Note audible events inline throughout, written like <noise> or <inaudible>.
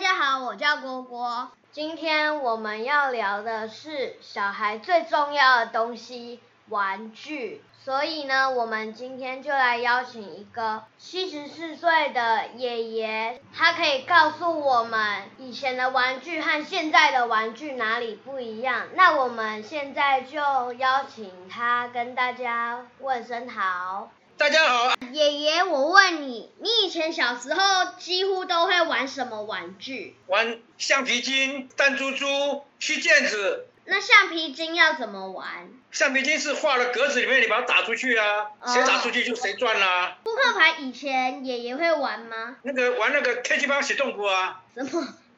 家好，我叫郭郭。今天我们要聊的是小孩最重要的东西——玩具。所以呢，我们今天就来邀请一个七十四岁的爷爷，他可以告诉我们以前的玩具和现在的玩具哪里不一样。那我们现在就邀请他跟大家问声好。大家好，爷爷，我问你，你以前小时候几乎都会玩什么玩具？玩橡皮筋、弹珠珠、曲毽子。那橡皮筋要怎么玩？橡皮筋是画了格子里面，你把它打出去啊，哦谁打出去就谁赚啦、扑克牌以前爷爷会玩吗？那个玩那个 K 七八写动图啊，什么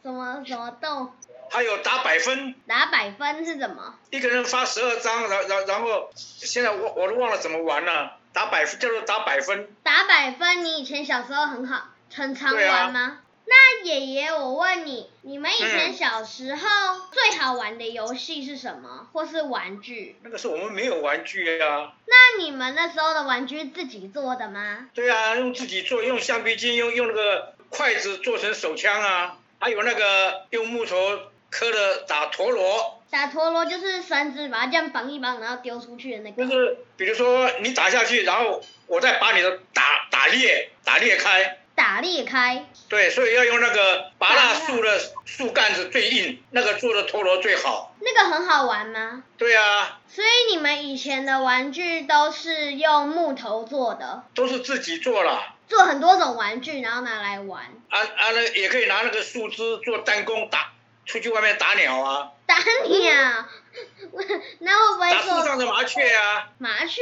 什么什么动还有打百分，打百分是什么？一个人发十二张，然然然后现在我我都忘了怎么玩了、打百分叫做打百分，打百分，你以前小时候很好很常对啊玩吗？那爷爷，我问你，你们以前嗯小时候最好玩的游戏是什么，或是玩具？那个时候我们没有玩具啊，那你们那时候的玩具自己做的吗？对啊，用自己做，用橡皮筋，用用那个筷子做成手枪啊，还有那个用木头刻的打陀螺。打陀螺就是绳子，把它这样绑一绑，然后丢出去的那就个。是比如说你打下去，然后我再把你的打打裂打裂开，打裂开，对，所以要用那个拔拔蜡蜡树的树干子最硬，那个做的陀螺最好。那个很好玩吗？对啊，所以你们以前的玩具都是用木头做的，都是自己做啦。做很多种玩具，然后拿来玩。啊啊，那也可以拿那个树枝做弹弓打，出去外面打鸟啊，打鸟， <laughs> 那会不打会树做上的麻雀啊，麻雀？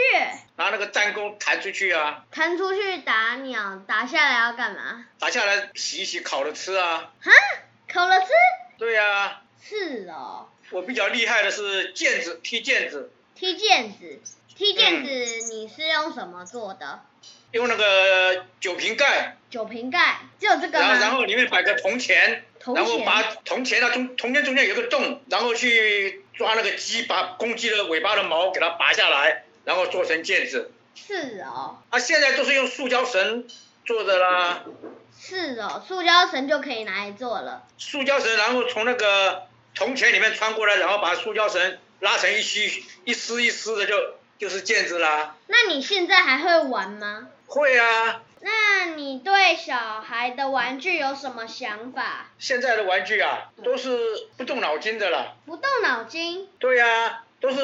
拿那个弹弓弹出去啊，弹出去打鸟，打下来要干嘛？打下来洗一洗烤了吃啊。哈，烤了吃？对啊，是哦，我比较厉害的是毽子踢毽子，踢毽子，踢毽子你是用什么做的？用那个酒瓶盖。酒瓶盖，只有这个然后吗？然后里面摆个铜钱，铜然后钱把铜钱啊中铜钱中间有个洞，然后去抓那个鸡，把公鸡的尾巴的毛给它拔下来，然后做成毽子。是哦，啊，现在都是用塑胶绳做的啦，是哦，塑胶绳就可以拿来做了。塑胶绳，然后从那个铜钱里面穿过来，然后把塑胶绳拉成一丝一丝一丝的就就是毽子啦。那你现在还会玩吗？会啊，那你对小孩的玩具有什么想法？现在的玩具啊都是不动脑筋的啦。不动脑筋，对呀、都是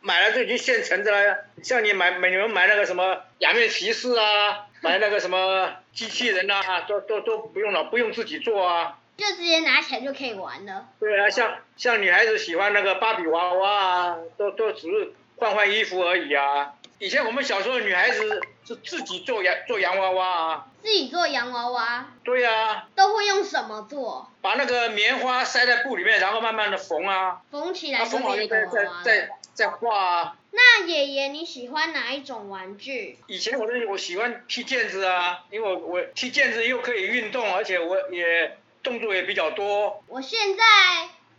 买了就已经现成的了。像你买买你们买那个什么假面骑士啊，买那个什么机器人呐、都都都不用了，不用自己做啊。就直接拿起来就可以玩了。对啊，像像女孩子喜欢那个芭比娃娃啊，都都只是换换衣服而已啊。以前我们小时候的女孩子是自己做洋做洋娃娃啊，自己做洋娃娃对啊，都会用什么做？把那个棉花塞在布里面，然后慢慢的缝啊，缝起啊来就缝好变又一个再再娃娃了。再再画啊。那爷爷你喜欢哪一种玩具？以前我是我喜欢踢毽子啊，因为我我踢毽子又可以运动，而且我也动作也比较多。我现在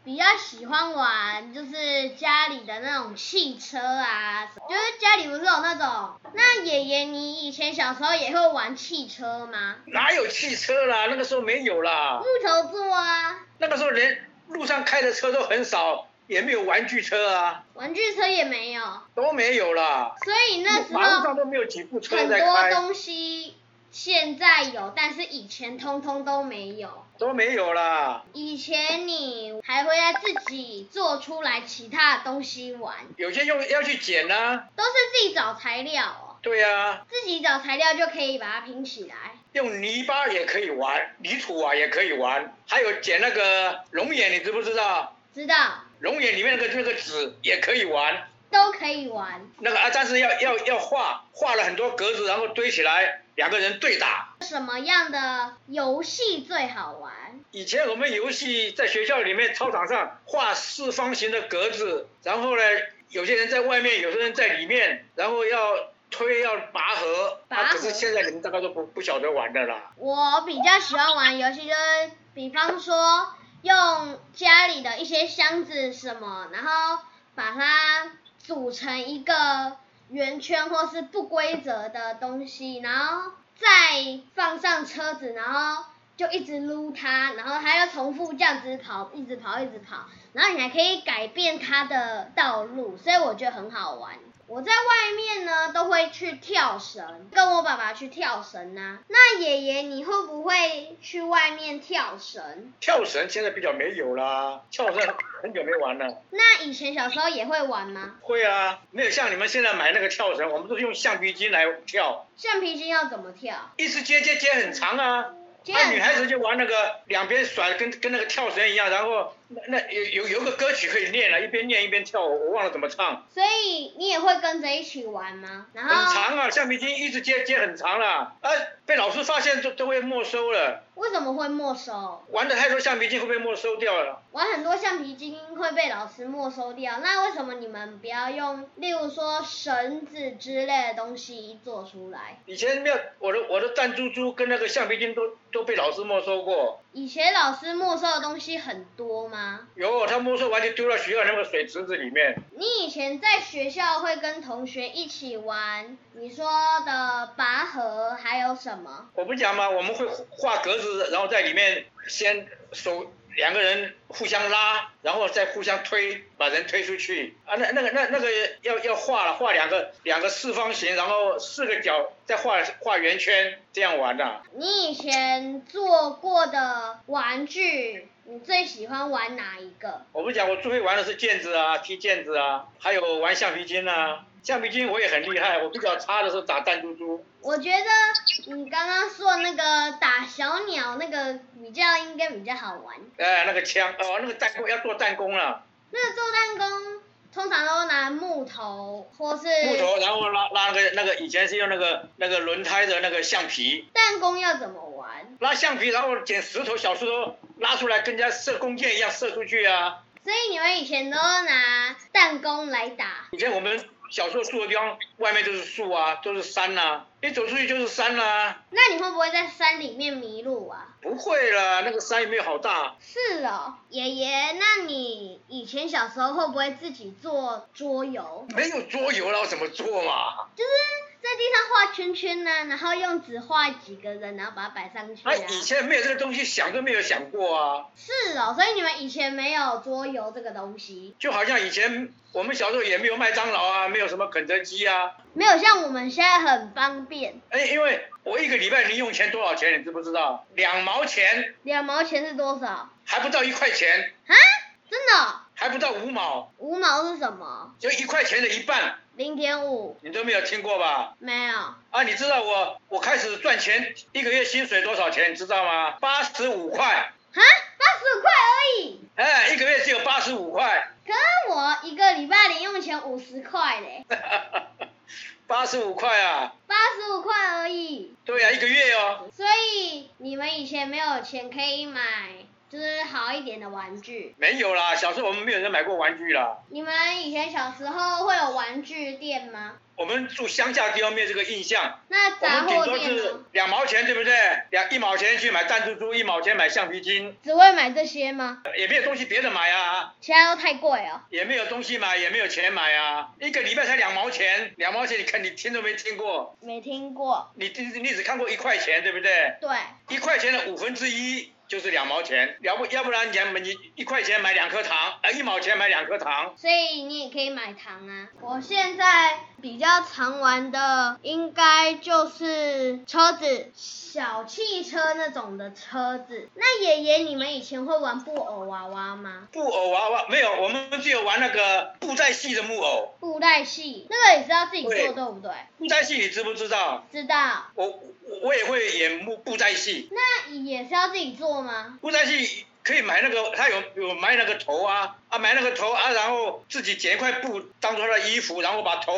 比较喜欢玩就是家里的那种汽车啊，就是家里不是有那种？那爷爷你以前小时候也会玩汽车吗？哪有汽车啦？那个时候没有啦木，头做啊，那个时候连路上开的车都很少，也没有玩具车啊，玩具车也没有，都没有啦。所以那时马路候上都没有几部车很在多开，东西现在有，但是以前通通都没有。都没有啦。以前你还会在自己做出来其他的东西玩，有些用要去捡啦、都是自己找材料哦，对啊，自己找材料就可以把它拼起来。用泥巴也可以玩，泥土啊也可以玩，还有捡那个龙眼，你知不知道？知道，龙眼里面那个那个籽也可以玩。都可以玩。那个啊，但是要要要画，画了很多格子，然后堆起来，两个人对打。什么样的游戏最好玩？以前我们游戏在学校里面操场上画四方形的格子，然后呢，有些人在外面，有些人在里面，然后要推要拔河。拔河啊，可是现在你们大概都不不晓得玩的啦。我比较喜欢玩游戏，就是比方说用家里的一些箱子什么，然后把它组成一个圆圈或是不规则的东西，然后再放上车子，然后就一直撸它，然后它要重复这样子跑，一直跑，一直跑，然后你还可以改变它的道路，所以我觉得很好玩。我在外面呢都会去跳绳，跟我爸爸去跳绳呐、那爷爷，你会不会去外面跳绳？跳绳现在比较没有啦，跳绳很久没玩了。那以前小时候也会玩吗？会啊，没有像你们现在买那个跳绳，我们都是用橡皮筋来跳，橡皮筋要怎么跳？一直接接接很长啊。这那、样女孩子就玩那个两边甩，跟跟那个跳绳一样，然后那那有有有个歌曲可以练了，一边练一边跳，我忘了怎么唱，所以你也会跟着一起玩吗？然很后长啊，橡皮筋一直接接很长了，啊，被老师发现都都会没收了，为什么会没收？玩的太多橡皮筋会被没收掉了。玩很多橡皮筋会被老师没收掉，那为什么你们不要用，例如说绳子之类的东西做出来？以前没有我的我的弹珠珠跟那个橡皮筋都都被老师没收过，以前老师没收的东西很多吗？有他没收完就丢到学校那个水池子里面。你以前在学校会跟同学一起玩你说的拔河，还有什么？我不讲嘛，我们会画格子，然后在里面先手两个人互相拉，然后再互相推，把人推出去啊。那那个那那个要要画了，画两个两个四方形，然后四个角再画画圆圈，这样玩的、你以前做过的玩具，你最喜欢玩哪一个？我不讲，我最会玩的是毽子啊，踢毽子啊，还有玩橡皮筋啊。橡皮筋我也很厉害，我比较差的是打弹珠珠。我觉得你刚刚说那个打小鸟那个比较应该比较好玩。哎，那个枪哦，那个弹弓要做弹弓啊了，那个做弹弓通常都拿木头或是木头，然后拉拉那个那个以前是用那个那个轮胎的那个橡皮，弹弓要怎么玩？拉橡皮，然后捡石头小石头拉出来，跟人家射弓箭一样射出去啊。所以你们以前都拿弹弓来打，以前我们小时候住的地方，外面就是树啊，都是山呐、一走出去就是山啦、那你会不会在山里面迷路啊？不会啦，那个山也没有好大，是哦，爷爷，那你以前小时候会不会自己做桌游？没有桌游了，我怎么做嘛？就是在地上画圈圈呢、然后用纸画几个人，然后把它摆上去啊哎，。以前没有这个东西，想都没有想过啊。是哦，所以你们以前没有桌游这个东西，就好像以前我们小时候也没有麦当劳啊，没有什么肯德基啊。没有像我们现在很方便，哎，因为我一个礼拜零用钱多少钱，你知不知道？两毛钱，两毛钱是多少？还不到一块钱，啊，真的哦、还不到五毛，五毛是什么？就一块钱的一半，零点五？你都没有听过吧？没有。啊，你知道我我开始赚钱，一个月薪水多少钱，你知道吗？八十五块，啊，八十五块而已。哎，一个月只有八十五块，可是我一个礼拜零用钱五十块嘞，八十五块啊，八十五块而已。对呀、啊，一个月哦。所以你们以前没有钱可以买，就是好一点的玩具。没有啦，小时候我们没有人买过玩具啦。你们以前小时候会有玩具店吗？我们住乡下地方没有这个印象，那我杂们顶货多店是呢？两毛钱，对不对？两一毛钱去买弹珠珠，一毛钱买橡皮筋，只会买这些吗？也没有东西别的买啊，其他都太贵哦。也没有东西买，也没有钱买啊。一个礼拜才两毛钱，两毛钱你看你听都没听过，没听过。你你你只看过一块钱，对不对？对，一块钱的五分之一就是两毛钱，要不要不然你讲你一块钱买两颗糖，呃一毛钱买两颗糖，所以你也可以买糖啊。我现在比较常玩的应该就是车子，小汽车那种的车子。那爷爷，你们以前会玩布偶娃娃吗？布偶娃娃没有，我们只有玩那个布袋戏的木偶。布袋戏那个也是要自己做，对对不对？布袋戏你知不知道？知道。我我我也会演布布袋戏，那也是要自己做吗？布袋戏可以买那个，他有有买那个头啊啊买那个头啊，然后自己剪一块布当做他的衣服，然后把头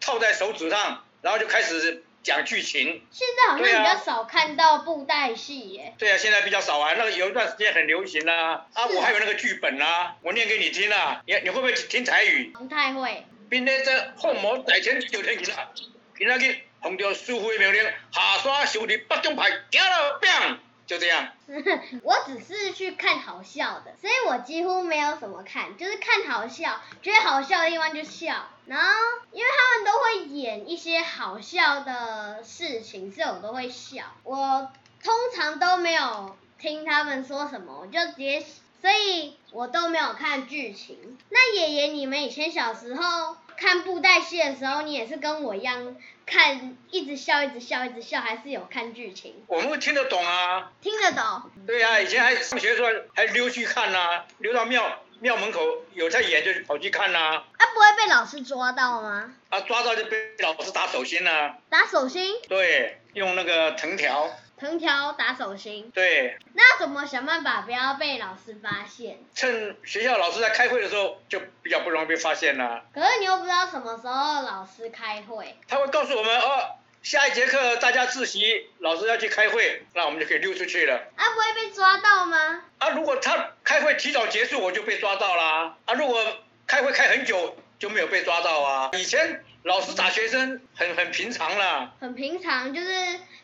套在手指上，然后就开始讲剧情。现在好像对啊比较少看到布袋戏耶。对啊，现在比较少玩，那个有一段时间很流行啦、啊。是我还有那个剧本啦、啊我念给你听啦、你你会不会听台语？不太会。今天这红毛在前九天去啦，今仔日红着师傅的命令，下山收拾八中牌，行了，砰，就这样。我只是去看好笑的，所以我几乎没有什么看，就是看好笑，觉得好笑的地方就笑。然后，因为他们都会演一些好笑的事情，所以我都会笑。我通常都没有听他们说什么，我就直接，所以我都没有看剧情。那爷爷，你们以前小时候看布袋戏的时候，你也是跟我一样看，一直笑，一直笑，一直笑，还是有看剧情，我们会听得懂啊。听得懂？对啊，以前还上学的时候还溜去看呐、溜到庙庙门口有在演就跑去看呐、啊，不会被老师抓到吗？啊，抓到就被老师打手心呐、啊打手心，对，用那个藤条，藤条打手心，对，那怎么想办法不要被老师发现？趁学校老师在开会的时候就比较不容易被发现啦、可是你又不知道什么时候老师开会，他会告诉我们哦，下一节课大家自习，老师要去开会，那我们就可以溜出去了。啊，不会被抓到吗？啊，如果他开会提早结束，我就被抓到啦。啊，如果开会开很久就没有被抓到啊。以前老师打学生很很平常啦。很平常，就是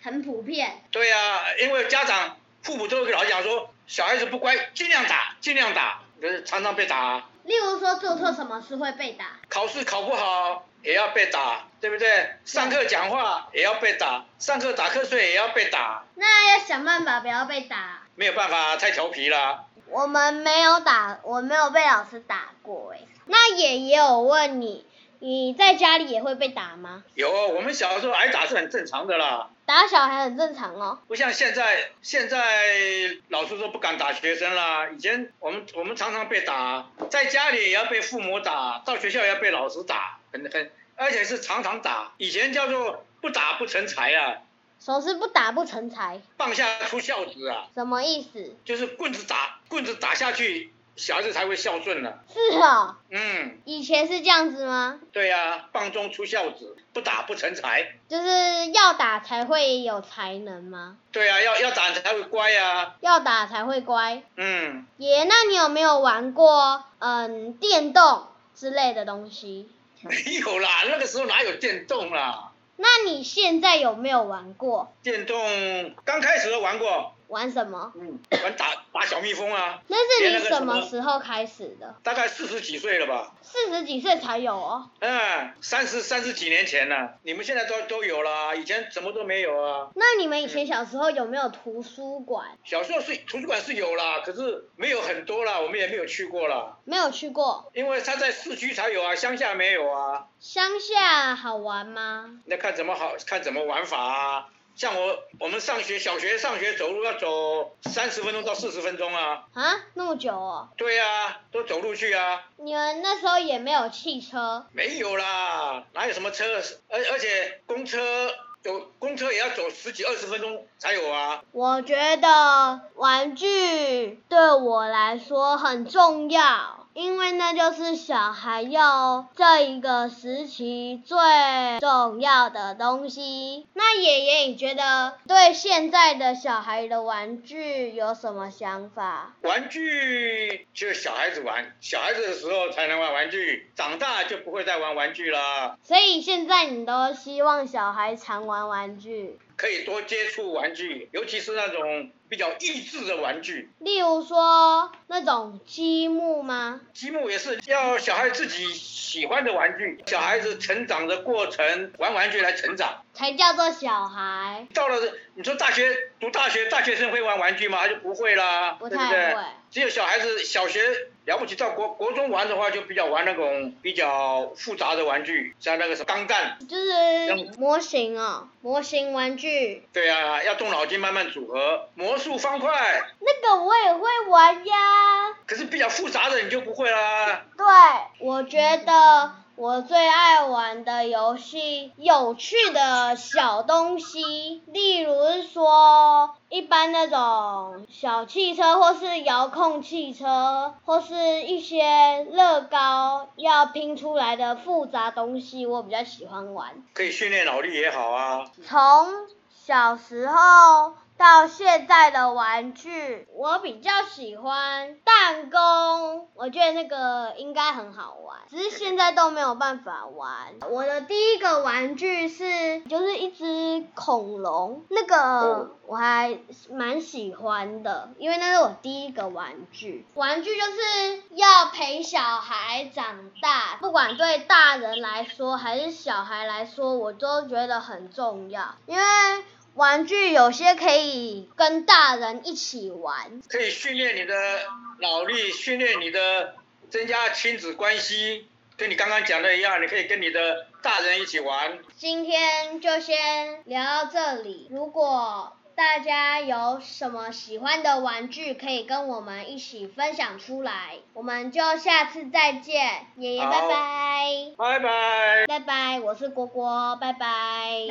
很普遍。对呀、因为家长父母都会跟老师讲说，小孩子不乖，尽量打，尽量打，可是常常被打啊。例如说做错什么事会被打，考试考不好也要被打，对不对？上课讲话也要被打，上课打瞌睡也要被打，那要想办法不要被打。没有办法，太调皮了。我们没有打，我没有被老师打过哎。那也也有问你，你在家里也会被打吗？有，我们小时候挨打是很正常的啦，打小孩很正常哦。不像现在，现在老师都不敢打学生啦。以前我们我们常常被打，在家里也要被父母打，到学校也要被老师打，很很，而且是常常打。以前叫做不打不成才啊，手势不打不成才，棒下出孝子啊。什么意思？就是棍子打棍子打下去，小孩子才会孝顺了。是哦，嗯，以前是这样子吗？对呀、棒中出孝子，不打不成才。就是要打才会有才能吗？对呀、要要打才会乖呀、要打才会乖。嗯，爷，那你有没有玩过嗯电动之类的东西？没 <laughs> 有啦，那个时候哪有电动啦？那你现在有没有玩过？电动刚开始都玩过，玩什么？嗯，玩打打小蜜蜂啊，那是原你来是什么什么时候开始的？大概四十几岁了吧，四十几岁才有哦。嗯，三十三十几年前了、你们现在都都有啦，以前什么都没有啊。那你们以前小时候有没有图书馆？小时候是图书馆是有啦，可是没有很多啦，我们也没有去过啦。没有去过，因为他在市区才有啊，乡下没有啊。乡下好玩吗？那看怎么好看怎么玩法啊。像我我们上学小学上学走路要走三十分钟到四十分钟啊。啊，那么久哦。对啊，都走路去啊。你们那时候也没有汽车，没有啦，哪有什么车？而而且公车有公车也要走十几二十分钟才有啊。我觉得玩具对我来说很重要，因为那就是小孩要这一个时期最重要的东西。那爷爷，你觉得对现在的小孩的玩具有什么想法？玩具就小孩子玩，小孩子的时候才能玩玩具，长大就不会再玩玩具啦。所以现在你都希望小孩常玩玩具，可以多接触玩具，尤其是那种比较益智的玩具。例如说那种积木吗？积木也是要小孩自己喜欢的玩具，小孩子成长的过程，玩玩具来成长。才叫做小孩，到了你说大学读大学，大学生会玩玩具吗？他就不会啦，不对不太对会？。只有小孩子小学了不起到国国中玩的话，就比较玩那种比较复杂的玩具，像那个什么钢弹，就是模型哦，模型玩具，对啊，要动脑筋慢慢组合，魔术方块。那个我也会玩呀。可是比较复杂的你就不会啦。对，我觉得我最爱玩的游戏，有趣的小东西，例如是说一般那种小汽车，或是遥控汽车，或是一些乐高要拼出来的复杂东西，我比较喜欢玩。可以训练脑力也好啊。从小时候到现在的玩具，我比较喜欢弹弓，我觉得那个应该很好玩，只是现在都没有办法玩。我的第一个玩具是就是一只恐龙，那个哦我还蛮喜欢的，因为那是我第一个玩具。玩具就是要陪小孩长大，不管对大人来说还是小孩来说，我都觉得很重要，因为。玩具有些可以跟大人一起玩，可以训练你的脑力，训练你的增加亲子关系，跟你刚刚讲的一样，你可以跟你的大人一起玩。今天就先聊到这里。如果大家有什么喜欢的玩具，可以跟我们一起分享出来。我们就下次再见，爷爷好拜拜，拜拜。拜拜，我是果果，拜拜。